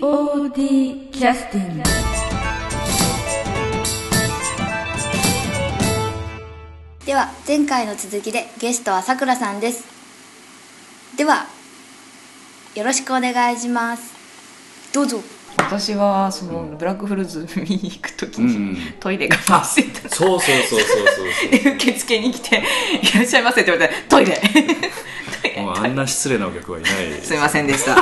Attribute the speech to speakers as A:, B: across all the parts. A: POD キャスティング
B: では前回の続きでゲストはさくらさんですではよろしくお願いしますどうぞ
C: 私はそのブラックフルズ見に行く時
D: うん
C: に、
D: うん
C: トイレが忘れた
D: そうそうそうそうそう
C: で受付に来て「いらっしゃいませ」って言われたら「トイ レ! 」トイ
D: そう
C: レ
D: もう
C: ト
D: あ
C: イレ
D: んな失礼なお客はいない
C: すいませんでした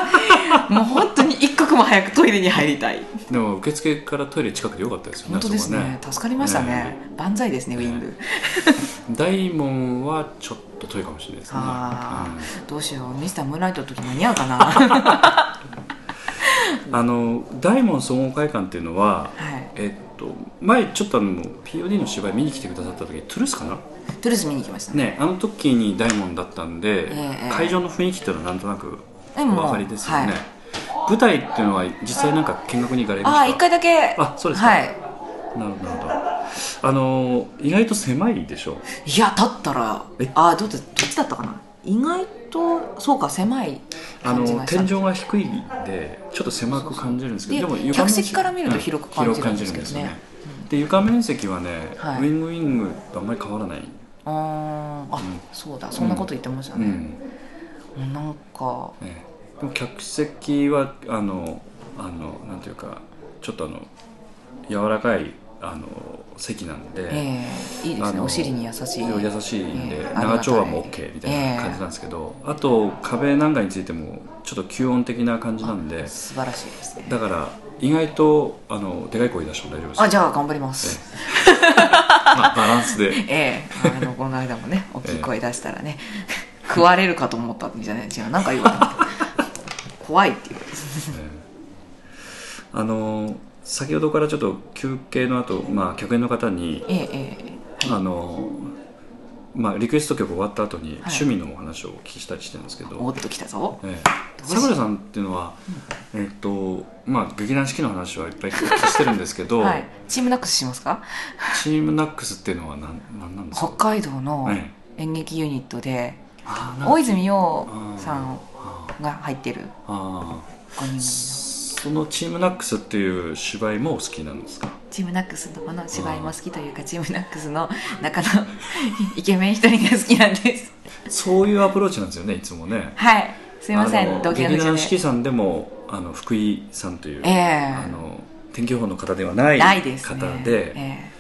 C: もう本当に一刻も早くトイレに入りたい
D: でも受付からトイレ近くでよかったですよね
C: 本当ですね助かりましたね、万歳ですねウイング、
D: そこはね大門はちょっと遠いかもしれないですね
C: あ
D: うん
C: あどうしようミスタームーンライトの時間に合うかな は
D: あの大門総合会館っていうのは、
C: い
D: えっと、前ちょっとあの POD の芝居見に来てくださった時トゥルースかな、
C: トゥルース見に行きました
D: ね、あの時に大門だったんで、
C: ええ
D: 会場の雰囲気っていうのはなんとなく
C: でも
D: お分かりですよね、
C: はい
D: 舞台っていうのは実際なんか見学に行かれまし
C: あ
D: た
C: あ一回だけ
D: あそうですか
C: はい
D: なるほどなるほどあの意外と狭いでしょ
C: いやだったら
D: え
C: あーどうだどっちだったかな意外とそうか狭い
D: あ
C: 感じ
D: の
C: がした
D: 天井が低いんでちょっと狭く感じるんですけど
C: そうそう
D: で
C: で
D: も床面
C: 客
D: 積
C: 席から見ると広く感じるんですけどね
D: 広く感じるんですよで床面積はね、
C: はい
D: ウィングウィングとあんまり変わらない、
C: あーあ、
D: ん
C: そうだそんなこと言ってました
D: う
C: ね、
D: ん
C: なんか
D: ね、でも客席はあのあのなんていうかちょっとあの柔らかいあの席なんで、
C: ええいいです
D: あ
C: ね
D: の
C: お尻に優しい
D: 優しいんで、
C: ええ
D: 長丁
C: あ
D: 場
C: りが
D: も
C: たい
D: OK みたいな感じなんですけど、あと壁なんかについてもちょっと吸音的な感じなんで
C: 素晴らしいですね
D: だから意外とあのでかい声出しても大丈夫です
C: あじゃあ頑張ります
D: まあバランス で
C: ええあのこの間もね大きい声出したらね、食われるかと思ったんじゃない違うなんか言われて怖いっていう
D: あの先ほどからちょっと休憩の後、まあ客演の方に
C: ええええ
D: あのまあリクエスト曲終わった後に
C: はい
D: 趣味のお話をお聞きしたりしてるんですけど、
C: おっと来たぞ
D: え
C: ど
D: え
C: うしよう
D: さくらさんっていうのは、えっとまあ劇団四季の話はいっぱいお聞きしてるんですけ ど、
C: はいチームナックスしますか
D: チームナックスっていうのは何なんなんです
C: 北
D: か、
C: 海道の
D: え
C: 演劇ユニットで
D: えあーなんか
C: 大泉洋さん
D: あ
C: が入ってる
D: ーあ
C: 5人組の
D: ーそのチームナックスっていう芝居もお好きなんですか
C: チームナックスのこの芝居も好きというかチームナックスの中の イケメン一人が好きなんです
D: そういうアプローチなんですよねいつもね
C: はいすいませ
D: あの
C: ん同期の
D: 劇団四
C: 藤
D: 季
C: で
D: さんでもあの福井さんという、
C: ええ
D: あの天気予報の方ではない
C: ないです
D: 方
C: ね
D: で
C: え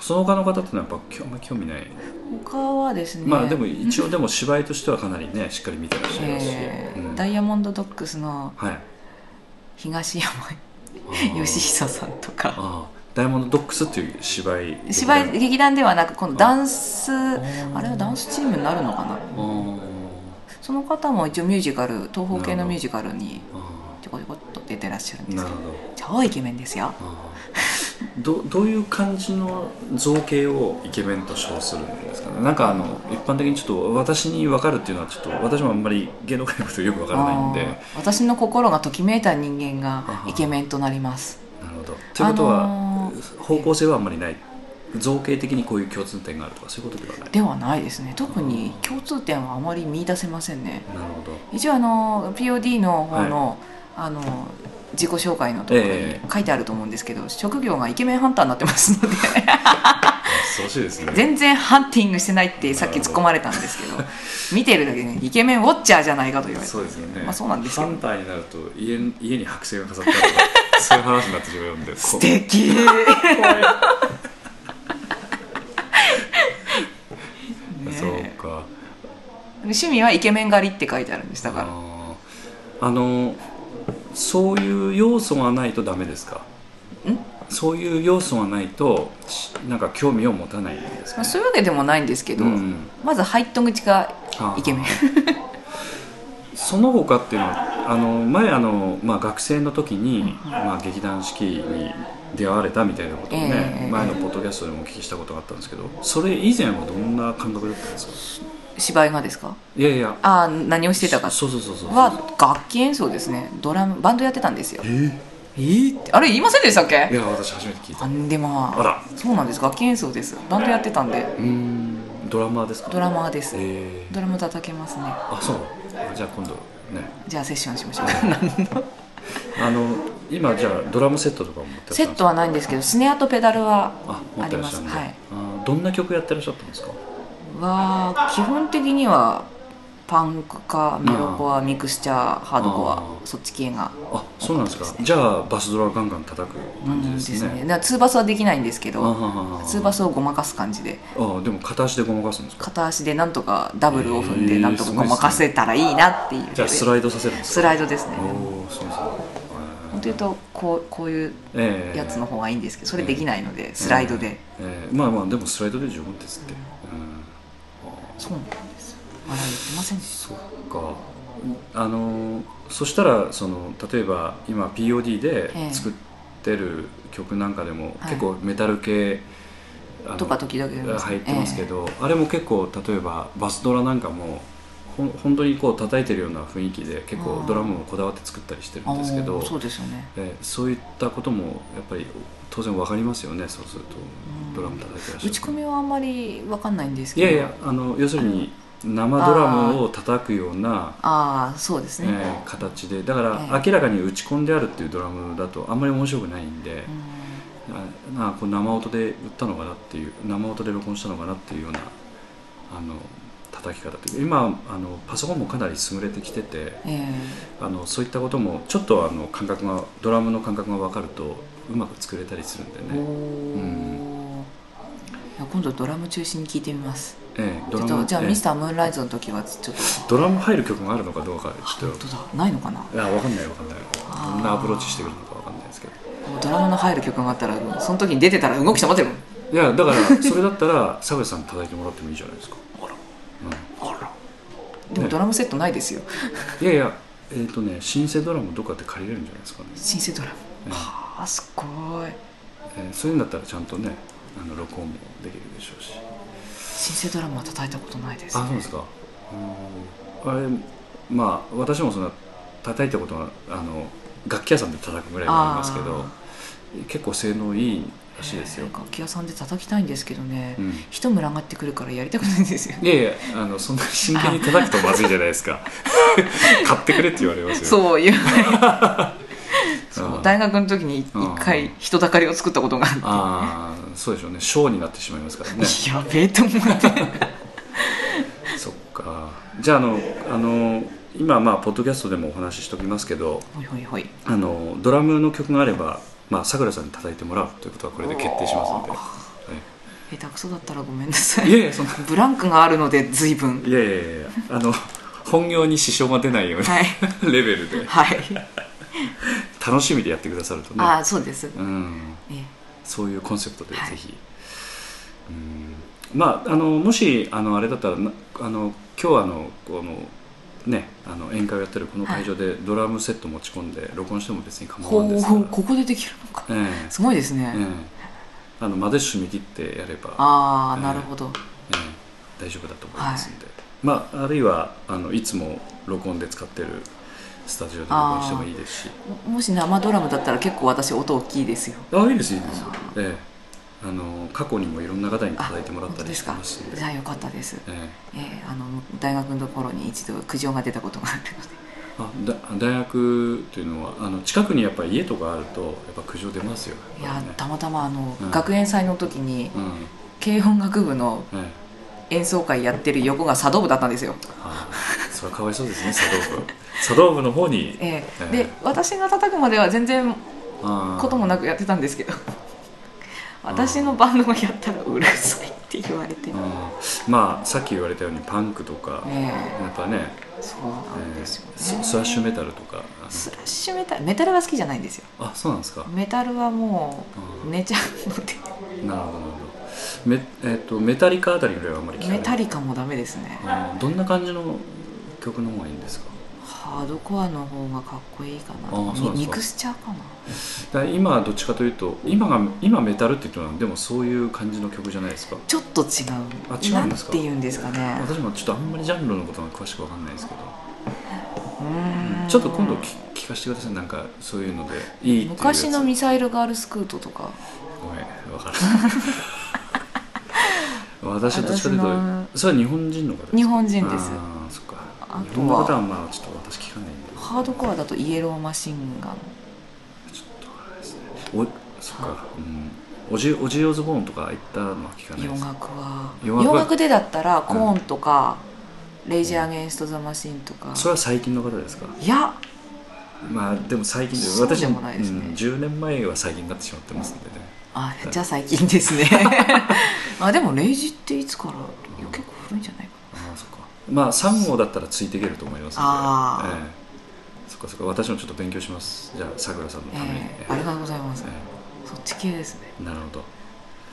D: その他の方ってのはやっぱきょあんまり興味ない、
C: え他はですね
D: まあでも一応でも芝居としてはかなりねしっかり見てらっしゃいますし、
C: ええ
D: うん
C: ダイヤモンドドッグスの
D: はい
C: 東山
D: あ ー
C: 義久さんとか
D: ああダイヤモンドドックスっていう芝居
C: 芝居劇団ではなくこのダンス
D: ー
C: あれはダンスチームになるのかな
D: あー
C: その方も一応ミュージカル東方系のミュージカルに
D: あ
C: ちょこちょこっと出てらっしゃるん
D: ー
C: です
D: な
C: け
D: る
C: ど
D: ほど
C: 超イケメンですよ
D: あーどどういう感じの造形をイケメンと称するんですかねなんかあの一般的にちょっと私に分かるっていうのはちょっと私もあんまり芸能界のことよく分からないんで
C: あー私の心がときめいた人間
D: あ
C: が
D: ー
C: イケメンとなります
D: なるほどということは、
C: あのー
D: 方向性はあんまりない造形的にこういう共通点があるとかそういうことではない
C: ではないですね特に共通点はあまり見出せませんね
D: なるほど
C: 一応あの POD の方の,、あの自己紹介のところに
D: え
C: 書いてあると思うんですけど、職業がイケメンハンターになってます ので
D: 恐ろしいですね
C: 全然ハンティングしてないってさっき突っ込まれたんですけど見てるだけでイケメンウォッチャーじゃないかと言われて
D: そうですよね、
C: まあそうなんですけど
D: 反対になると家家に剥製が飾ってあるとかそういう話になってしまうんで
C: 素
D: 素
C: 敵ね
D: そうか
C: 趣味はイケメン狩りって書いてあるんですだから
D: あーあのそういう要素がないとダメですか
C: ん
D: そういう要素がないとしなんか興味を持たないんです
C: ま
D: か
C: あ、
D: ね、
C: そういうわけでもないんですけど、
D: うん
C: まず入っと口が
D: あー
C: イケメン
D: その他っていうのはあの前あの、まあ、学生の時に、まあ、劇団四季に出会われたみたいなことをね、
C: ええ
D: 前のポッドキャストでもお聞きしたことがあったんですけどそれ以前はどんな感覚だったんですか
C: 芝居がですか
D: いやいや
C: ああ何をしてたか
D: そうそうそうそうそう
C: は楽器演奏ですねドラムバンドやってたんですよ
D: えー
C: えーってあれ言いませんでしたっ
D: い
C: け
D: や私初めて聞いた
C: あ
D: うん
C: でまあ
D: あら
C: そうなんです楽器演奏ですバンドやってたんで
D: ーんドラマーですか
C: ドラマーです、
D: えー
C: ドラム叩けますね
D: あそうじゃあ今度ね
C: じゃあセッションしま しょう何の
D: あの今じゃあドラムセットとかも持ってらっし
C: セ
D: ゃる
C: ッ
D: んですか
C: トはないんですけどスネアとペダルは
D: あ持
C: あ
D: って
C: り
D: ら
C: ま
D: っしゃ
C: す
D: るんで、
C: はい
D: あーどんな曲やってらっしゃったんですか
C: は基本的にはパンクかメロコアミクスチャーハードコ
D: あ
C: アそっち系が
D: あそうなんですかじゃあバスドラガンガン叩く
C: う
D: 感じ
C: ん
D: で
C: ですす
D: ね,、
C: ねだからツーバスはできないんですけ
D: あ
C: ど
D: は
C: ツーバスをごまかす感じで
D: あでも片足でごまかすんですか
C: 片足でなんとかダブルを踏ん
D: へ
C: で
D: ー
C: なんとかごまかせたらいいなっていう
D: じゃあスライドさせるんですか
C: スライドですね
D: おおーそうですね
C: 本当言うとこうこういう
D: ええ
C: やつの方がいいんですけどそれできないのでスライドで、
D: ええまあまあでもスライドで十分ですって、うん、
C: そうなんですよあら言ってませんでし
D: そっかあのそしたらその例えば今 POD
C: え
D: で
C: え
D: 作ってる曲なんかでも、
C: はい
D: 結構メタル系あの
C: たとか時々言いますね
D: 入ってますけど、あれも結構例えばバスドラなんかもほん本当にこう叩いてるような雰囲気で結構
C: あー
D: ドラムをこだわって作ったりして
C: え
D: る
C: あ
D: んですけど
C: ーそうですよね
D: えーそういったこともやっぱり当然わかりますよねそうすると
C: ん
D: ドラム叩いてらっし
C: 打
D: ゃる
C: ち込みはあんまり分かんないんです
D: い
C: けど
D: やいやあの要するに生ドラムを叩くような
C: ああそうです
D: え
C: ね、
D: ー形でだか
C: え
D: ら明らかに打ち込んであるっていうドラムだとあんまり面白くないんで
C: う、ん
D: あなあこう生音で打ったのかなっていう生音で録音したのかなっていうようなあの叩き方というか今あのパソコンもかなり優れてきてて
C: え
D: あのそういったこともちょっとあの感覚がドラムの感覚が分かるとうまく作れたりするんで
C: えお
D: ね、
C: お、
D: う
C: いや今度ドラム中心に聞いてみます
D: ええ
C: ち
D: ド
C: ょっ
D: ラ
C: と
D: ム
C: じゃあ
D: ええ
C: ミスタームーンライズの時はちょっと
D: ドラム入る曲があるのかどうかちょっ
C: 本
D: と
C: 当だないのかない
D: や分かんない分かんない
C: あー
D: どんなアプローチしてくるのか分かんないですけど
C: ドラムの入る曲があったらその時に出てたら動きして待てる
D: いや だからそれだったらサブさん叩いてもらってもいいじゃないですか
C: あら
D: う
C: あらでも
D: ね
C: ドラムセットないですよ
D: ん、いやいやえっ、とねシンセドラムどっかで借りれるんじゃないですかね、
C: 新生ドラム
D: え
C: はあすごい
D: ええそういうんだったらちゃんとねあの録音もできるでしょうし
C: 新生ドラムは叩いたことないです
D: あそうですかうんあれまあ私もそんな叩いたことはあの楽器屋さんで叩くぐらいはありますけど
C: あ
D: 結構性能いいらしいですよ、
C: 楽器屋さんで叩きたいんですけどね、
D: うん
C: 人群がってくるからやりたくないんです よ
D: いやいやあのそんなに真剣に叩くとまずいじゃないです か買ってくれって言われますよう
C: そういうそう
D: うん
C: 大学の時に一
D: うん
C: 回人だかりを作ったことがあっ
D: ああそうでしょうねショーになってしまいますから ね
C: てやべえと思って
D: そっかじゃああのあの今まあポッドキャストでもお話ししておきますけど
C: ほいほいほい
D: あのドラムの曲があればまあさくらさんに叩いてもらうということはこれで決定しますので、は
C: 下手くそだったらごめんなさ
D: い、
C: い
D: いやいやそんな
C: ブランクがあるので随分
D: いやいやいやあの本業に 支障が出ないよう
C: はい
D: なレベルで
C: はい、
D: 楽しみでやってくださるとね
C: ああそうです、
D: うん
C: え
D: そういうコンセプトでぜ
C: はい
D: ひ、うんまああのもしあのあれだったらなあの今日あのこのねあの宴会をやってるこの会場でドラムセット持ち込んで録音しても別に構わ
C: ほ
D: んで
C: う
D: すか
C: ほ
D: ら、
C: うここでできるのか
D: え
C: すごいですね
D: え、ええあのマデッシュ見切ってやれば、
C: あ
D: え
C: あな
D: え
C: るほど、
D: ええ大丈夫だと思いますんで、まああるいはあのいつも録音で使ってるスタジオで録音してもいいですし
C: ももし生ドラムだったら結構私音大きいですよ
D: あいいですいいです、ええあの過去にもいろんな方に叩いてもらっ
C: 本
D: た
C: 当
D: り
C: で
D: し
C: す
D: て
C: か
D: ますんで
C: じゃあよかったです、
D: ええ
C: ええあの大学の頃に一度苦情が出たことがあるので
D: あだ大学というのはあの近くにやっぱり家とかあるとやっぱ苦情出ますよ
C: い
D: や
C: や
D: っぱ
C: たまたまあの、
D: うん
C: 学園祭の時に
D: りね
C: 軽音楽部の
D: うん、ええ
C: 演奏会やってる横が茶道部だったんですよ、
D: あーそれはかわいそうですね 茶道部茶道部の方に
C: ええ
D: ええ
C: で私が叩くまでは全然こ
D: こと
C: もな
D: く
C: くやってたんですけど私のバンドがやったらうるさいって言われて、
D: まあさっき言われたようにパンクとか、
C: え
D: やっぱね
C: えそうなんですよね、
D: ススラッシュメタルとかあの
C: スラッシュメタルメタルは好きじゃないんですよ
D: あそうなんですか
C: メタルはもう
D: うん
C: 寝ちゃうので
D: なるほどなるほどメ,、えー、とメタリカあたりぐらいはあんまり聞かない
C: メタリカもダメですね
D: あーどんな感じの曲の方がいいんですか
C: ハードコアの方がかっこいいか
D: あー
C: な
D: そうなんですか
C: ミクスチャーかな
D: だから今はどっちかというと今が今メタルって言ってるのはでもそういう感じの曲じゃないですか
C: ちょっと違
D: あ
C: う
D: 違うん
C: な
D: で
C: ん
D: すか
C: て言うんですかね
D: 私もちょっとあんまりジャンルのことが詳しくわかんないですけど、
C: うーん
D: ちょっと今度き聞かせてくださいなんかそういうのでいいっていうやつ
C: 昔のミサイルガールスクートとか
D: ごめん わからない私はどっちかという
C: 私の
D: とそれは日本人の方ですか
C: 日本人です
D: あーそっか
C: あ
D: 日
C: と
D: 本の方は
C: は
D: まあちょっと私聞かないんで
C: ハードコアだとイエローマシンガン
D: ちょっとあれですねおそっか、うん、おじおじオズボーンとか行ったのは聞かない
C: 洋
D: です
C: 楽は
D: 洋楽は
C: 洋楽でだったらコーンとか、レイジー・アゲンスト・ザ・マシンとか
D: それは最近の方ですか
C: いや
D: まあでも最近で
C: そう
D: 私
C: でもないですね
D: うん、10年前は最近になってしまってますんでね
C: あじゃあ最近です ねあでもレイジっていつからいや結構古いんじゃないか
D: ああそっかまあ3号だったらついていけると思いますので
C: あー
D: ええそっかそっか私もちょっと勉強しますじゃあさくらさんの
C: な、
D: ために、
C: えーありがとうございます、
D: え
C: そっち系ですね
D: えなるほど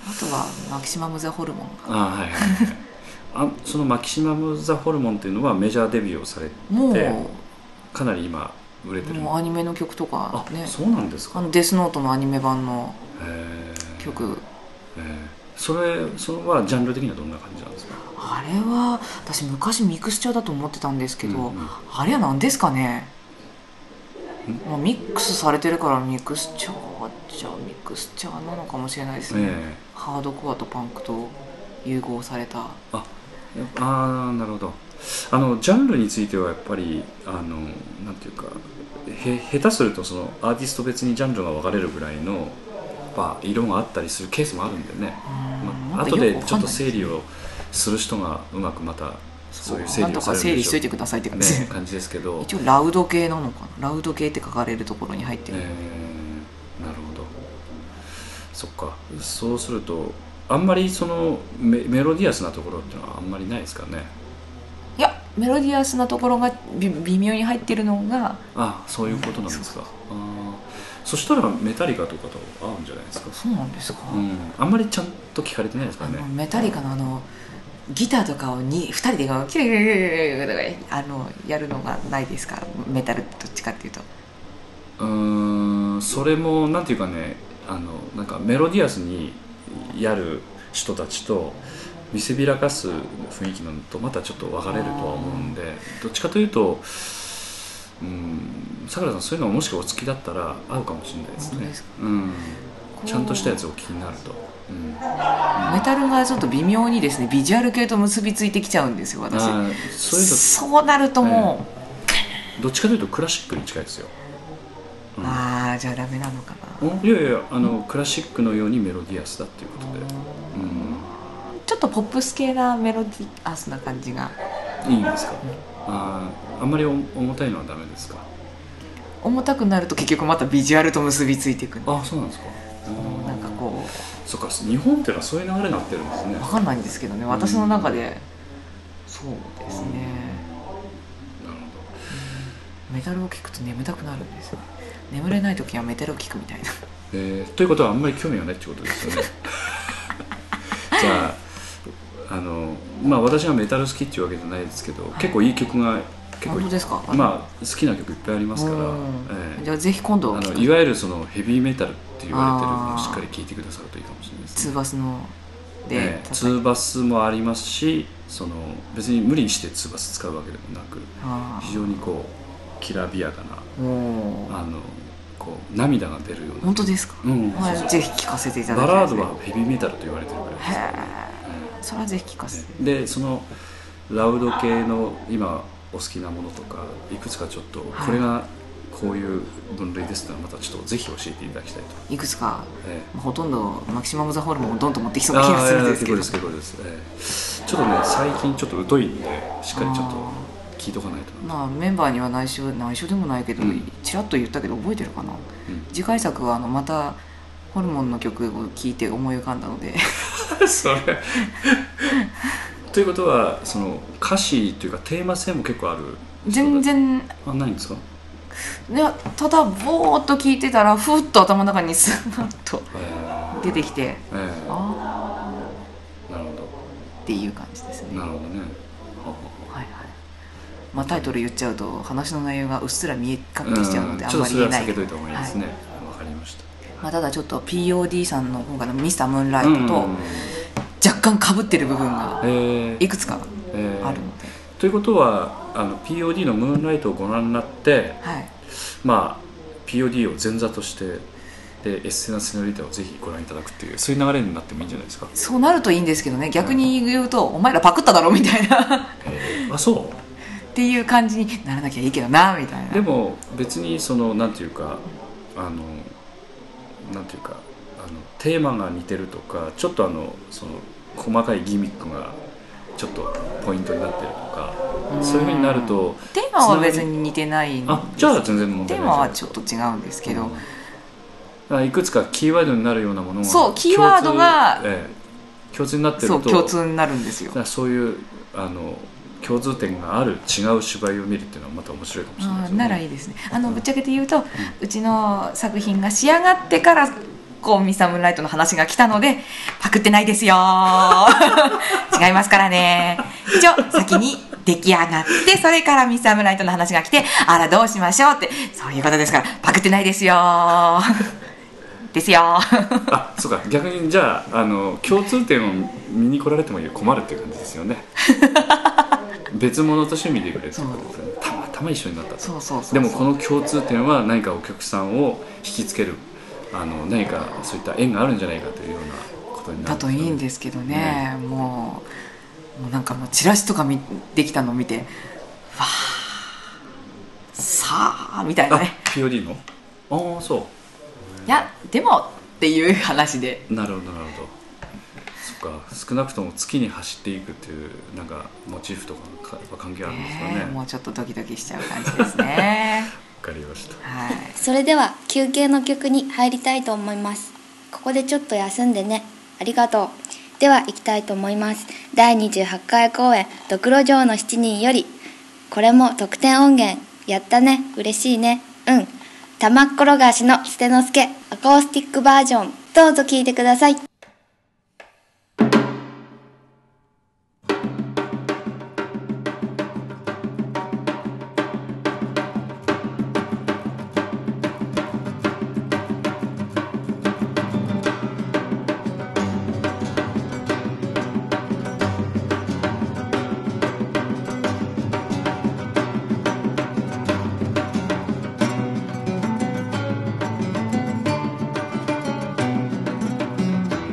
C: あとはマキシマム・ザ・ホルモンが
D: ああはいはいはいあそのマキシマム・ザ・ホルモンっていうのはメジャーデビューをされ
C: も
D: で
C: う
D: かなり今売れてる
C: もうアニメの曲とか
D: あ
C: ね
D: そうなんです
C: あ
D: か
C: のデスノートのアニメ版の
D: へえ
C: 曲
D: ええそれそれはジャンル的にはどんな感じなんですか
C: あれは私昔ミクスチャーだと思ってたんですけど、
D: うんうん
C: あれは何ですかね
D: ん
C: まあミックスされてるからミクスチャーじゃミクスチャーなのかもしれないですね、
D: え
C: ハードコアとパンクと融合された
D: えああなるほどあのジャンルについてはやっぱりあのなんていうかへ下手するとそのアーティスト別にジャンルが分かれるぐらいのまあ色があったりするケースもあるんでね、
C: うん
D: ま
C: な
D: あ
C: んか
D: 後
C: よ
D: で
C: くわ
D: ち
C: か
D: ょっ
C: ん
D: と
C: ない
D: 整理をする人がうまくまたそういう整
C: なん
D: 理
C: と
D: をさ
C: か整
D: れるんで
C: 理しと
D: し
C: いてくださいって
D: ょう
C: 感じ、
D: ね感じですけ ど
C: 一応ラウド系なのかなラウド系って書かれるところに入ってる、
D: えーなるほどそっかそうするとあんまりそのメメロディアスなところっていうのはあんまりないですかね
C: いやメロディアスなところがび微妙に入ってるのが
D: あそういうことなんですか、あーそしたらメタリカとかと合うんじゃないですか、
C: そうなんですか、
D: うん、あんまりちゃんと聞かれてないですか
C: あ
D: ね
C: のメタリカのあのギターとかをに2人でこうキュルキュルキュルキュルキュルあのやるのがないですかメタルってどっちかっていうと
D: うーんそれもなんていうかねあのなんかメロディアスにやる人たちと見せびらかす雰囲気なのとまたちょっと分かれるとは思うんでどっちかというとうんさくらさんそういうのもしかお好きだったら合うかもしれないです
C: 本当
D: ね
C: ですか
D: うん
C: こう
D: ちゃんとしたやつをお聞きになると、うん、
C: メタルがちょっと微妙にですねビジュアル系と結びついてきちゃうんですよ私
D: あーそういうの
C: そうなるとも
D: どっちかというとクラシックに近いですよ
C: う、
D: うん
C: ああじゃあダメなのかな、
D: いやいやあのクラシックのようにメロディアスだっていうことで、うん
C: ちょっとポップス系なメロディアスな感じが
D: いいんですか、あーあんまりお重たいのはダメですか
C: 重たくなると結局またビジュアルと結びついていくの
D: あそうなんですかあ
C: なんかこ
D: そっか日本ってのはそういう流れになってるんですね
C: う分かんないんですけどね私の中で、そうですね、
D: なる
C: メタルを聞くと眠たくなるんですよ眠れない時はメタルを聞くみたいな
D: ほど、えーということはあんまり興味がないってことですよ ねじゃああのまあ私はメタル好きっていうわけじゃないですけど、結構いい曲が結構
C: 本当ですか
D: まあ好きな曲いっぱいありますから、
C: うん
D: ええ
C: じゃあぜひ今度
D: あ
C: 聞
D: の
C: く
D: いわゆるそのヘビーメタルって言われてるのを
C: あー
D: しっかり聞いてくださるといいかもしれないですね
C: ツーバスので
D: ええ、ツーバスもありますしその別に無理にしてツーバス使うわけでもなく
C: あ
D: 非常にこうきらびやかな
C: あも
D: あのこう涙が出るよう
C: う
D: な
C: 本、当ですか、
D: うん
C: は
D: そう
C: い、ぜひ聞かせていただ
D: バ
C: きたいで
D: ラー
C: すね
D: ドはヘビーメタルと言われてるぐらいです
C: へえそれはぜひ聞かせて
D: でそのラウド系の今お好きなものとかいくつかちょっと
C: はい
D: これがこういう分類ですってのはまたちょっとぜひ教えていただきたいと、
C: いくつか
D: ええ
C: ほとんどマキシマム・ザ・ホルモンをドンと持ってきそうな気
D: あ
C: がするんですけど
D: 結構です結構です、ええちょっとね最近ちょっと疎いんでしっかりちょっと
C: あ
D: 聞いとかないとな
C: まあメンバーには内緒内緒でもないけど、
D: うん
C: ちらっと言ったけど覚えてるかな、
D: うん
C: 次回作はあのまたホルモンの曲を聴いて思い浮かんだので
D: それということはその歌詞というかテーマ性も結構ある
C: 全然
D: あないんですか
C: いやただぼーっと聞いてたらふっと頭の中にスーッと
D: ええ
C: 出てきて
D: ええ
C: あ
D: なるほ
C: ーっていう感じです
D: ど
C: ね
D: な
C: はい
D: るほどねは
C: はいまあタイトル言っちゃうと話の内容がうっすら見え
D: は
C: 隠れしちゃうので
D: ん
C: あ
D: ち
C: ん
D: ょっ
C: ま
D: と
C: り
D: それ
C: 言え
D: は
C: ない
D: 避けといた方がいいです
C: は
D: ねわ、かりました
C: まあ、ただちょっと POD さんの方がのミスタームーンライト
D: うん
C: と若干かぶってる部分が
D: ええ
C: いくつか
D: ええ
C: あるので、
D: ということはあの POD の「ムーンライト」をご覧になって
C: はい、
D: まあ、POD を前座としてでエッセナ・セノリータをぜひご覧いただくっていうそういう流れになってもいいんじゃないですか、
C: そう なるといいんですけどね逆に言うと、お前らパクっただろみたいな
D: えーあそう
C: っていう感じにならなきゃいいけどなみたいな
D: でも別にそのなんていうかあのなんていうかあのテーマが似てるとかちょっとあのその細かいギミックがちょっとポイントになってるとかそういうふうになると
C: テーマは別に似てないんです
D: あじゃあ全然問
C: テ
D: 題
C: ー
D: ない
C: マは
D: じ
C: ち
D: ゃ
C: ょっと違うんですけど、
D: うんないいくつかキーワードになるようなものが
C: そうキーワードが
D: 共通,、ええ共通になってる
C: そ
D: と
C: う共通になるんですよ
D: だからそういうあの共通点がある違う芝居を見るっていうのはまた面白いかもしれな
C: あ
D: いです
C: ー
D: よね
C: ならいいですねあのぶっちゃけて言うと、うちの作品が仕上がってからこうミサムライトの話が来たのでパクってないですよ 違いますからね一応先に出来上がってそれからミサムライトの話が来てあらどうしましょうってそういうことですからパクってないですよですよ
D: あそうか逆にじゃああの共通点を見に来られても困るっていう感じですよ ね別物と趣味でくれってことですよねたまたま一緒になった
C: そうそうそうそう
D: でもこの共通点は何かお客さんを引きつけるあの何かそういった縁があるんじゃないかというようなことになる
C: だといいん
D: す
C: ですけどね、もうもうなんかもうチラシとか見できたの見てわあさあみたい
D: よ
C: な
D: ね
C: ね
D: あ POD のああそ
C: いやでもっていう話で
D: うなるほどなるほどそっか少なくとも月に走っていくっていうなんかモチーフとかか関係あるんですかね
C: ねもうちょっとドキドキしちゃう感じです ね
D: わかりました
C: はい
B: それでは休憩の曲に入りたいと思いますここでちょっと休んでねありがとうでは行きたいと思います第28回公演「ドクロ城の7人」よりこれも特典音源やったね嬉しいねうん玉っころがしの捨ての助アコースティックバージョンどうぞ聴いてください
E: 「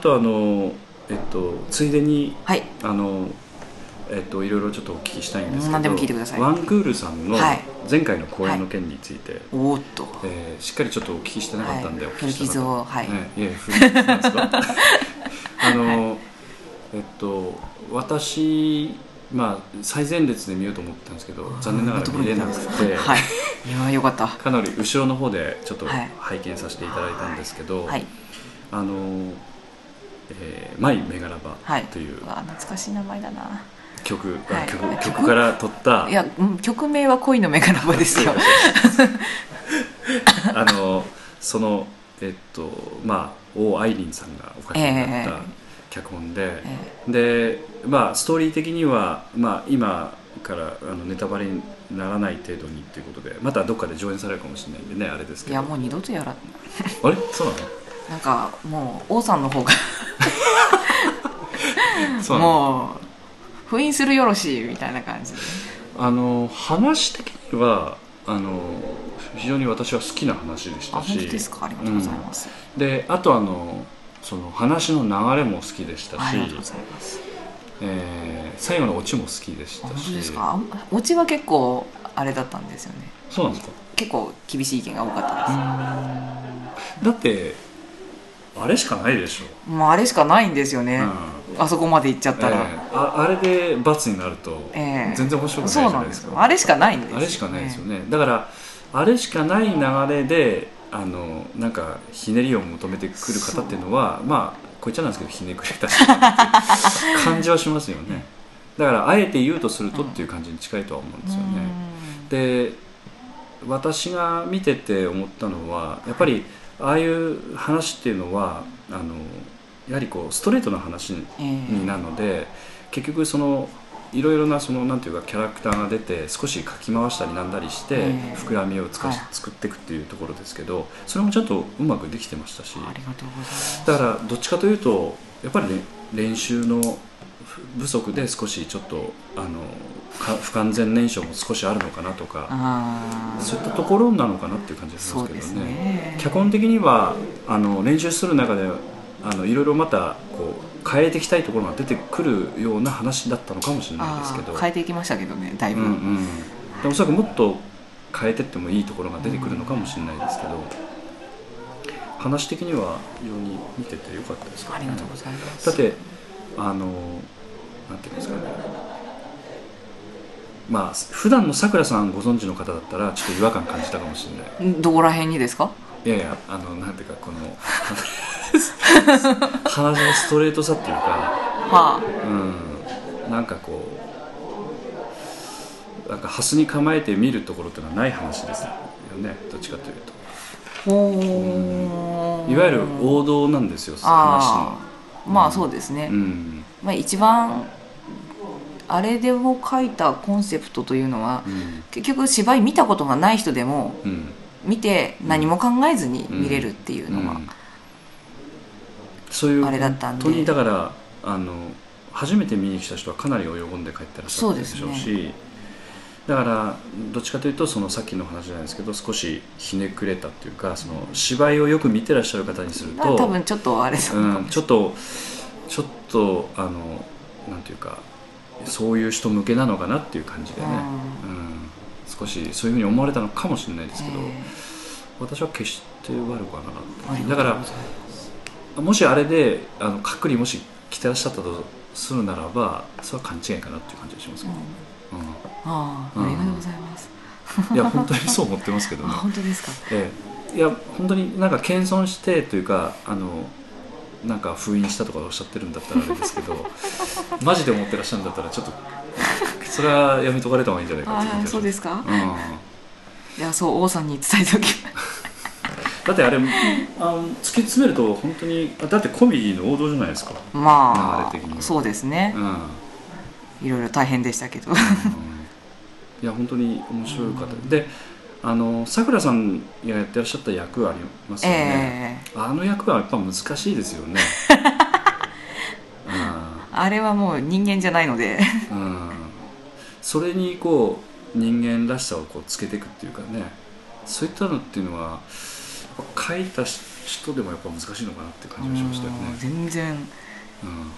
D: とあのえっとついでに
C: はい
D: あのえっといろいろちょっとお聞きしたいんですけど
C: 何でも聞いてください
D: ワンクールさんの
C: はい
D: 前回の公演の件について、
C: おーっと
D: えーしっかりちょっとお聞きしてなかったんで、
C: はい
D: お聞きしたか
C: 古傷を
D: った
C: はい
D: ええいえ古傷なんです かあの、えっと私まあ最前列で見ようと思ったんですけど残念ながら見れなくて、
C: はいいやーよかった
D: かなり後ろの方でちょっと
C: はい
D: 拝見させていただいたんですけど、
C: はい
D: あのえーマイメガラ
C: は
D: バ
C: い
D: という
C: うわ懐かしい名前だな
D: 曲、
C: はい
D: あ曲
C: はい
D: 曲から取っ た
C: いや、うん、曲名は恋のメガラバですよ
D: あのそのえっとまあ王愛林さんがお書きになった
C: ええ
D: 脚本で、
C: え
D: でまあストーリー的にはまあ今からあのネタバレにならない程度にっていうことでまたどっかで上演されるかもしれないんでねあれです
C: い
D: けど
C: やもう二度とやら
D: あれそうなの
C: なんかもう王さんの方が
D: そうなの
C: もう封印するよろしいみたいな感じで
D: あの話的にはあの非常に私は好きな話でし
C: あ
D: たし
C: 本当ですかありがとうございます、
D: であとあのその話の流れも好きでした
C: あ
D: し
C: りがとうございます
D: えー最後のオチも好きでし
C: あ
D: た
C: 本
D: し
C: 当ですかあオチは結構あれだったんですよね
D: そうなんですか
C: 結構厳しい意見が多かったです、
D: だってあれしかないでしょ、
C: もうあれしかないんですよ
D: う
C: ね
D: ん、
C: あそこまで行っちゃった
D: え
C: ら、
D: ーああれで罰になると
C: ええ
D: 全然面白くないじ
C: そう
D: ゃな
C: ないん
D: で
C: ですす
D: か、
C: よあれしかないんですよ
D: あれしかないですよねだからあれしかない流れであのなんかひねりを求めてくる方っていうのはまあこいつなんですけどひねくれた人だなって いう感じはしますよねだからあえて言うとするとっていう感じに近いとは思うんですよね、で私が見てて思ったのはやっぱりああいう話っていうのはあのやはりこうストレートな話に
C: うんええ
D: なので結局そのいろいろなそのなんていうかキャラクターが出て少しかき回したりなんだりして
C: ええ
D: 膨らみをつかし
C: はい
D: 作っていくっていうところですけどそれもちゃんとうまくできてましたし
C: ありがとうございます
D: だからどっちかというとやっぱり、ね、練習の不足で少しちょっとあのか不完全燃焼も少しあるのかなとか
C: ああ
D: そういったところなのかなっていう感じがしま
C: そ
D: す
C: う
D: け
C: で
D: ど
C: す
D: ね
C: ね
D: 脚本的にはあの練習する中であのいろいろまたこう変えていきたいところが出てくるような話だったのかもしれないですけ
C: あ
D: ど
C: ー変えていきましたけどねだい
D: うん
C: ぶ、
D: うん、でおそらくもっと変えてってもいいところが出てくるのかもしれないですけど、話的には非常に見ててよかったですか
C: あ
D: らね
C: りがとうございます
D: だってあのなんていうんですかねまあ普段のさくらさんご存知の方だったらちょっと違和感感じたかもしれない
C: んどこら辺にですか
D: いやいやあのなんていうかこの 話のストレートさっていうか
C: は
D: うんなんかこうなんかハスに構えて見るところっていうのはない話ですよねどっちかという
C: あほ
D: と
C: ー
D: いわゆる王道なんですよ話
C: ああまあそうですね、
D: のうん
C: まあ、一番あれでも書いたコンセプトというのは、
D: うん
C: 結局芝居見たことがない人でも
D: うん
C: 見て何も考えずに見れるっていうのは、
D: うんそういう
C: あれだったんで
D: 本当にだからあの初めて見に来た人はかなり喜んで帰ってらっしゃったでしょうし
C: そう
D: だからどっちかというとそのさっきの話じゃないですけど少しひねくれたっていうかその芝居をよく見てらっしゃる方にする
C: まあ
D: と
C: 多分ちょっとあれだな
D: うん、ちょっとちょっとあのなんていうかそういう人向けなのかなっていう感じでね、うん少しそういうふうに思われたのかもしれないですけど、
C: え
D: 私は決して悪くはなか
C: ーあ
D: っ
C: り
D: た
C: が
D: だ
C: とう
D: か
C: ございます
D: らもしあれであのかっくりもし着てらっしゃったとするならばそれは勘違いかなっていう感じがしますけど、う
C: あ
D: う
C: あ
D: ん
C: ありがとうございます、
D: ん、いや本当にそう思ってますけど
C: あ
D: ね、
C: 本当ですか
D: ええいや本当になんか謙遜してというかあのなんか封印したとかおっしゃってるんだったらあれですけ どマジで思ってらっしゃるんだったらちょっとそれはやめとかれた方がいいんじゃないかって
C: あ
D: 感
C: あ
D: じ
C: そうですか、
D: うん、
C: いやそう王さんに伝えておきます
D: だってあれあの突き詰めると本当にだってコメディの王道じゃないですか
C: ま
D: 流れ的に
C: あ
D: は
C: そうですね
D: う、ん
C: いろいろ大変でしたけど
D: いや本当に面白い方であのさくらさんがやってらっしゃった役ありますよね、
C: ええ
D: あの役はやっぱ難しいですよ ねう
C: あれはもう人間じゃないので
D: ん、うん、それにこう人間らしさをこうつけていくっていうかねそういったのっていうのはぱ書いた人でもやっぱ難しいのかなって感じがしましたよね
C: もう。全然
D: うん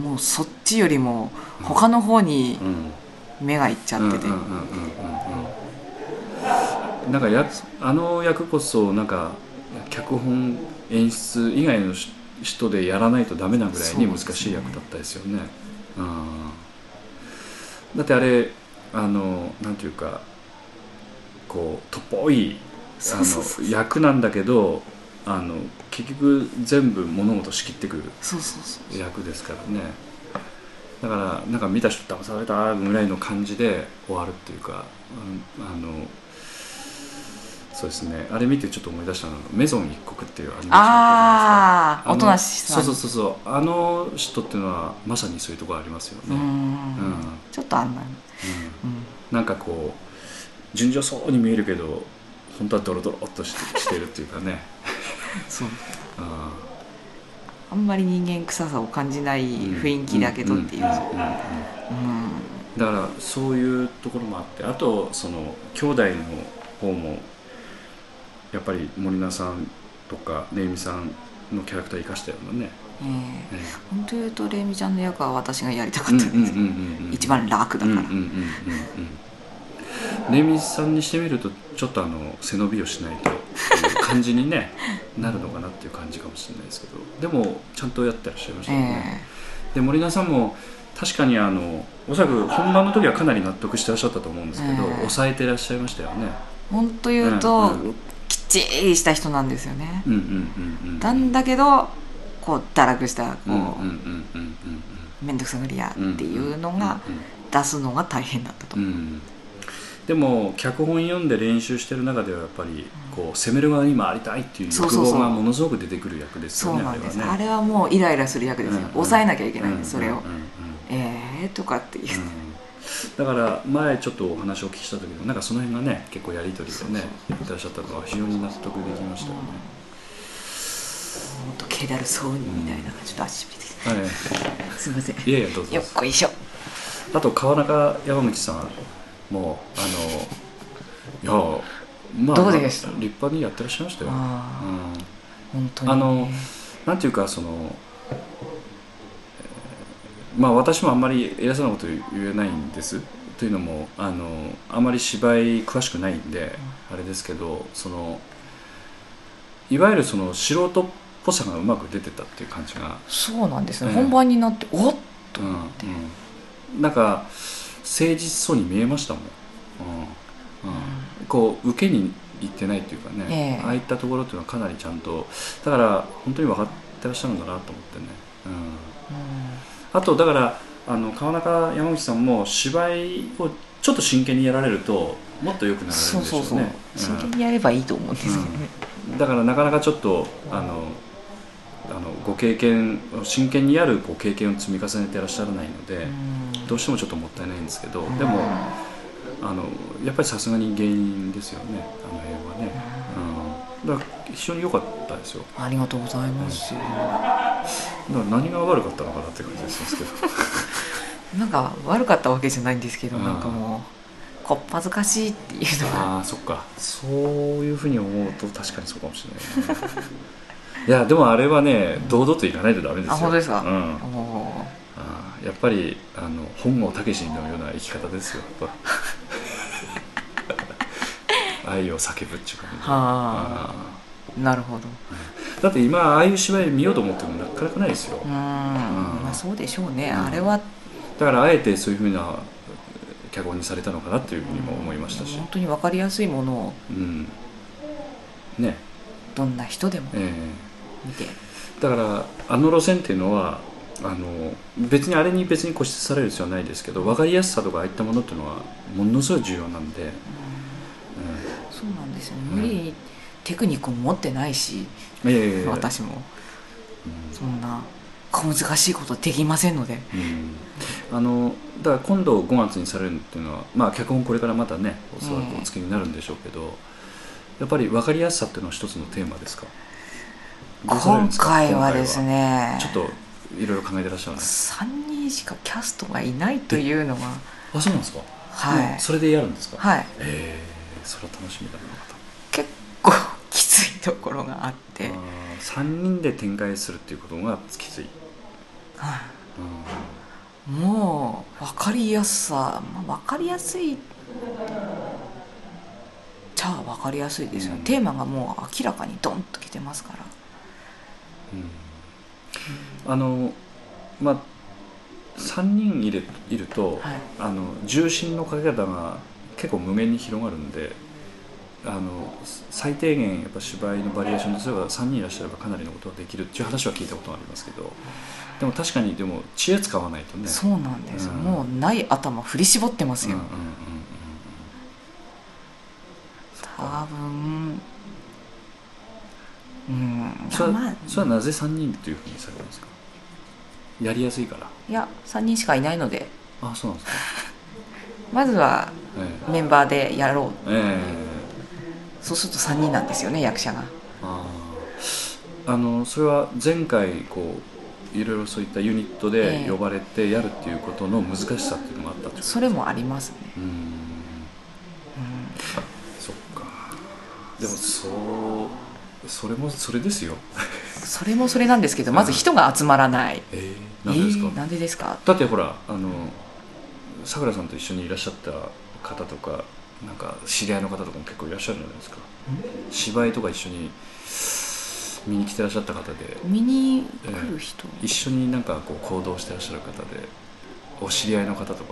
C: もうそっちよりも他の方に
D: うん
C: 目がいっちゃってて、
D: うんうんうんうんうんうんなんかやあの役こそなんか脚本演出以外のし人でやらないとダメなぐらいに難しい役だったですよね。うん、だってあれあのなんていうかこうとっぽいあ
C: そうそうそう
D: の役なんだけどあの結局全部物事仕切ってくる
C: そうそうそう
D: 役ですからねだからなんか見た人騙されたぐらいの感じで終わるっていうかあのあのそうですねあれ見てちょっと思い出したのが「メゾン一国」っていうアニメーション
C: あー
D: あったじゃないですか
C: 音無しさ
D: あの
C: ん
D: そうそうそうそうあの人っていうのはまさにそういうところありますよ
C: う
D: ね、
C: ん
D: うん
C: ちょっとあんな、うん、
D: なんかこう順調そうに見えるけど本当はドロドロっとしてしてるっていうか ね、
C: そう
D: うん
C: あんまり人間臭さを感じない雰囲気だけどっていう、うん
D: んんんだからそういうところもあってあとその兄弟の方もやっぱり森菜さんとかねイみさんのキャラクター生かしたようなね、
C: ええ
D: え
C: 本当言うとレイミちゃんの役は私がやりたかっ
D: え
C: たんです、
D: うんうん
C: 一番楽だ
D: うん
C: か
D: うん
C: ら、
D: うんうんうんねみさんにしてみるとちょっとあの背伸びをしないとっていう感じに、ね、なるのかなっていう感じかもしれないですけどでもちゃんとやってらっしゃいましたよね、
C: え
D: で森菜さんも確かにあのおそらく本番の時はかなり納得してらっしゃったと思うんですけど、
C: うん
D: 抑えてらっしゃいましたよね
C: え本当言うと、
D: うんうん
C: きっちりした人なんですよね、
D: うんうんうんうん
C: なんだけどこう堕落したこう、
D: うんうんうんうん
C: 面倒くさがり屋
D: うんうん
C: っていうのが出すのが大変だったと
D: うんう
C: 思う、
D: んでも脚本読んで練習してる中ではやっぱりこう攻める側に回りたいっていう
C: そう
D: 欲
C: そうそう
D: 望がものすごく出てくる役です
C: そ
D: よ
C: う
D: ね
C: なんですあれ,、
D: あれはね
C: はもうイライラする役ですよ、
D: うんうん
C: 抑えなきゃいけない、
D: うんうんうんうん
C: それを、ええとかっていう、
D: だから前ちょっとお話をお聞きした時もなんかその辺がね結構やり取りをねやってらっしゃったのが非常に納得できましたよね、
C: もっと気だるそうにみたいな感じ、ちょっと足びれてき
D: はい
C: たすいません
D: いやいやどうぞ
C: よっこいしょ
D: あと川中山口さんもあのいやまあ
C: どうでした
D: まあ立派にやってらっしゃいましたよ、うん、
C: ああ本当に
D: あのなんていうかその、えーまあ私もあんまり偉そうなこと言えないんですというのもあのあまり芝居詳しくないんで、あれですけどそのいわゆるその素人っぽさがうまく出てたっていう感じが
C: そうなんですね、
D: うん
C: 本番になっておっと
D: うん
C: 思って、
D: うんなんか誠実そうに見えましたもん、うんうんこう受けに行ってないっていうかね、
C: ええ
D: ああいったところっていうのはかなりちゃんとだから本当に分かってらっしゃるんだなと思ってね、うん、あとだからあの川中山口さんも芝居をちょっと真剣にやられるともっと良く
C: う
D: なんられる
C: そ
D: ん
C: う
D: でし
C: そうう
D: ょ
C: そう、
D: ね
C: 真
D: うん
C: 剣にやればいいと思うんですけどね、
D: だからなかなかちょっとあのあのご経験真剣にやるご経験を積み重ねてらっしゃらないので、
C: うん
D: どうしてもちょっともったいないんですけど、
C: ん
D: でもあのやっぱりさすがに芸人ですよねあの辺はね、うんだから非常に良かったですよ
C: ありがとうございます、
D: だから何が悪かったのかなって感じがし ますけど
C: なんか悪かったわけじゃないんですけど、
D: うん
C: なんかもうこっぱずかしいっていうのが
D: ああそっかそういうふうに思うと確かにそうかもしれないね いやでもあれはね堂々といかないとダメですよ
C: あ本当ですか
D: うん、
C: も
D: あーやっぱりあの本郷武史のような生き方ですよやっ ぱ愛を叫ぶっちゅうかね
C: うは
D: あー
C: あなるほど
D: だって今ああいう芝居見ようと思ってもなかなかないですよ
C: うんまあそうでしょうね、
D: うん
C: あれは
D: だからあえてそういうふうな脚本にされたのかなっていうふうにも思いましたし
C: 本当に分かりやすいものを
D: うんね
C: どんな人でも
D: え
C: 見て、
D: えだからあの路線っていうのはあの別にあれに別に固執される必要はないですけど分かりやすさとかああいったものっていうのはものすごい重要なんで、
C: そうなんですよね無理にテクニックも持ってないし、
D: うん、いやいやいや
C: 私も
D: うん
C: そんな小難しいことできませんので
D: うんあのだから今度5月にされるっていうのは、まあ、脚本これからまたねおそらくお付けになるんでしょうけど、やっぱり分かりやすさっていうのは一つのテーマですかどうされる
C: 今
D: んですか
C: 回はですね
D: 今回はちょっといろいろ考えてらっしゃるんです
C: 3人しかキャストがいないというのが
D: あそうなんですか
C: はい
D: もうそれでやるんですか
C: はい
D: えーそれは楽しみだなま
C: 結構きつい ところがあって、
D: 3人で展開するっていうことがきつい、うん
C: もう分かりやすさ、まあ、分かりやすいじゃあ分かりやすいですよ、
D: うん
C: テーマがもう明らかにドンときてますから
D: あのまあ3人いるいると、
C: はい
D: あの重心のかけ方が結構無限に広がるんであの最低限やっぱ芝居のバリエーションとすれば3人いらっしゃればかなりのことができるっていう話は聞いたことがありますけどでも確かにでも知恵使わないとね
C: そうなんです、
D: うん
C: もうない頭振り絞ってます
D: うん
C: よ、
D: うんうんうんうんそっ
C: 多
D: か
C: 分うん
D: それ
C: まあ
D: はそれはなぜ3人っていうふうにされるんですかやりやすいから
C: いや3人しかいないので
D: あそうなんですか、
C: まずは
D: え
C: メンバーでやろう
D: えええ
C: そうすると3人なんですよね役者が
D: あーあのそれは前回こういろいろそういったユニット
C: え
D: で
C: え
D: 呼ばれてやるっていうことの難しさっていうのがあったってこと
C: それもありますね
D: うーんそっかでもそうそれもそれですよ
C: それもそれなんですけどまず人が集まらない、
D: ええなんでですか、
C: えーなんでですか
D: だってほらあのさくらさんと一緒にいらっしゃった方とかなんか知り合いの方とかも結構いらっしゃるじゃないですか芝居とか一緒に見に来てらっしゃった方で
C: 見に来る人、
D: 一緒になんかこう行動してらっしゃる方でお知り合いの方とかっていう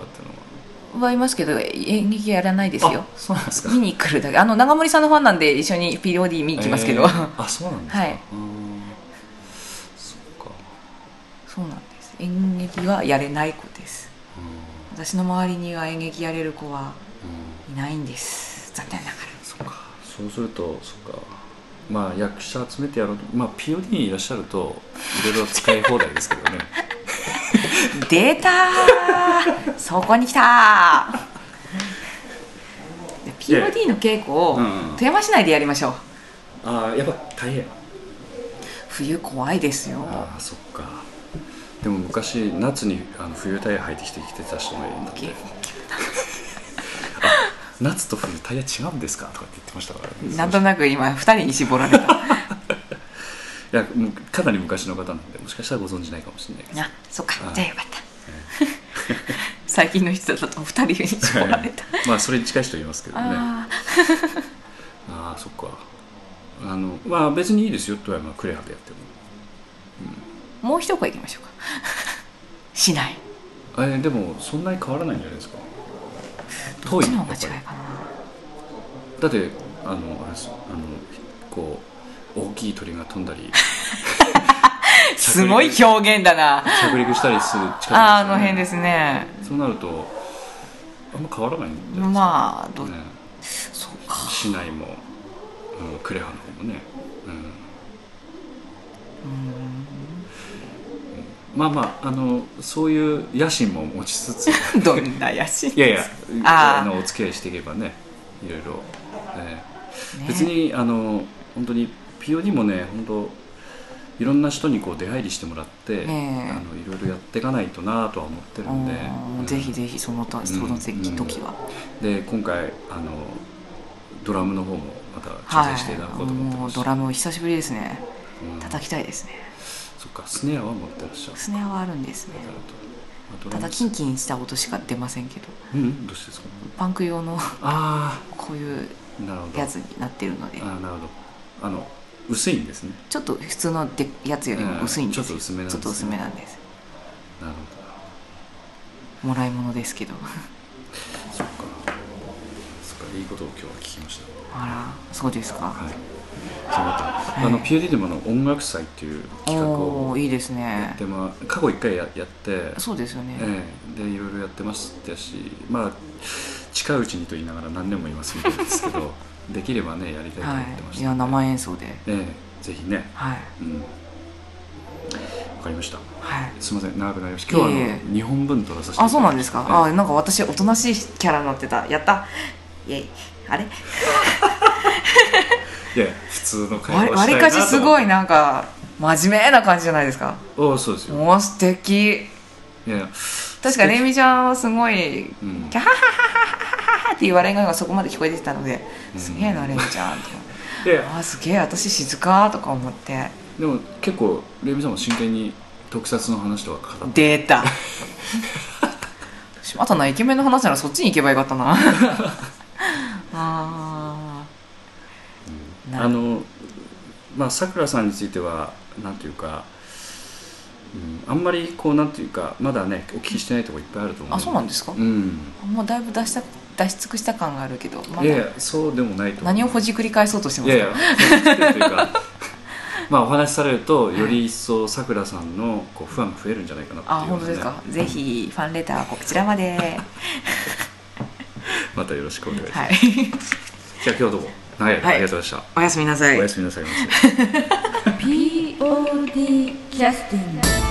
D: のは
C: はいますけど演劇やらないですよ
D: あそうなんですか
C: 見に来るだけあの長森さんのファンなんで一緒に POD 見に行きますけど、
D: えーあそうなんですか、
C: はいう
D: ーんそっか
C: そうなんです演劇はやれない子です
D: うんうん
C: 私の周りには演劇やれる子はいないんです残念なが
D: そっかそうするとそっかまあ役者集めてやろうとまあ POD にいらっしゃるといろいろ使い放題ですけどね
C: ら出たー そこに来た ーで POD の稽古を
D: うんうん
C: 富山市内でやりましょう
D: ああやっぱ大変
C: 冬怖いですよ
D: ああそっかでも昔夏にあの冬タイヤ履いてきてきてた人がいるんだって
C: ゲ
D: 夏と冬タイヤ違うんですかとかって言ってましたからね、
C: なんとなく今2人に絞られた
D: いやもうかなり昔の方なんでもしかしたらご存じないかもしれないけ ど
C: あそっか
D: はい
C: じゃあよかった最近の人だと2人に絞られ た
D: まあそれに近い人いますけどねあ
C: あ
D: あそっかあのまあ別にいいですよ富山クレハでやって
C: ーもう一声いきましょうかしない
D: もえーでもそんなに変わらないんじゃないですか
C: こ
D: 遠
C: っ
D: い
C: ちの
D: や
C: 方
D: っ
C: が
D: ぱ
C: 違
D: り
C: いかな
D: だってあのあれですあのこう大きい鳥が飛んだり
C: すごい表現だな
D: 着陸したりする近くですよ ね
C: あーあの辺ですね
D: そうなるとあんま変わらないんじゃないですか
C: まあど
D: ね
C: そうか
D: 市内も、うん、呉羽の方もね、うん、まあまああのそういう野心も持ち つつい
C: どんな野心
D: やいや
C: あー
D: あのお付き合いしていけばねいろいろ、ええ
C: ね
D: 別にあの本当に POD もね本当いろんな人にこう出入りしてもらって、
C: ねえ
D: あのいろいろやっていかないとなとは思ってるんで、
C: う
D: うんん
C: ぜひぜひそのとその時
D: うん
C: 時は
D: で今回あのドラムの方もまた挑
C: は
D: 戦していただこ
C: いう
D: と思って
C: も
D: ま
C: う
D: す、
C: ドラム久しぶりですね
D: うん
C: 叩きたいですね
D: そっかスネアは持ってらっしゃる
C: スネアはあるんですねただキンキンした音しか出ませんけど
D: ンうんどうしてですか
C: パンク用の
D: あ
C: こういう
D: あなるほど
C: やつになってるので
D: あーなるほどあの薄いんですね
C: ちょっと普通のでやつよりも薄いんですよ
D: うんちょっと薄めなんで
C: ちょ
D: すね
C: っと薄めなんです
D: なる
C: もらい物ですけど
D: ほどそっかそっかいいことを今日は聞きました
C: あらそうですか、
D: はいそう思った、あの POD でもあの音楽祭っていう企画
C: お
D: を
C: おいいです
D: や
C: ね
D: ってまあ過去一回ややって
C: そうですよね、
D: ええ、でいろいろやってましたしまあ近いうちにと言いながら何年もいますみたいです けどできればねやりたいと
C: は
D: 思ってまし
C: い、い
D: た、
C: や生演奏で
D: ええ、ぜひね
C: はい
D: うんわかりました
C: はい
D: すみません長くなりました今日はあの
C: いえい
D: 2本分取らさせていただきました
C: あそうなんですか、あ
D: ええ
C: なんか私おとなしいキャラになってたやったイェイあれ
D: いや普通の会
C: わ
D: 話をした
C: り
D: いなと思って
C: かしすごいなんか真面目な感じじゃないですか
D: ああそうですよ
C: もう素敵
D: いや
C: 確かレイミちゃんはすごい
D: うん
C: キャハハハハハハーっていう笑い声がそこまで聞こえてきたので
D: う、ん
C: すげえな、レミちゃんとか。
D: で
C: あーすげえ、私静かとか思って。
D: でも結構レミさんも真剣に特撮の話とか語って
C: 出 た。またな、イケメンの話ならそっちに行けばよかった な。あーな
D: あのまあさくらさんについてはなんていうか、うん、あんまりこうなんていうかまだねお聞きしてないとこいっぱいあると思う
C: あ、そうなんですか
D: う。ん
C: もうだいぶ出した、出し尽くした感があるけど、ま
D: いやい
C: だ
D: やそうでもないと思う
C: 何をほじくり返そうとしてま
D: い
C: す
D: やい
C: か
D: やほじくるというか まあお話しされるとより一層さくらさんのこう不安が増えるんじゃないかなっていう
C: あ、本当ですか。ぜひファンレターはこちらま で。
D: またよろしくお願いします、
C: はい。
D: じゃあ今日どうも長い間
C: はい
D: ありがとうございまし
C: おやすみな
D: た、
C: さい
D: おや。すみなさいませ
A: POD キャスティング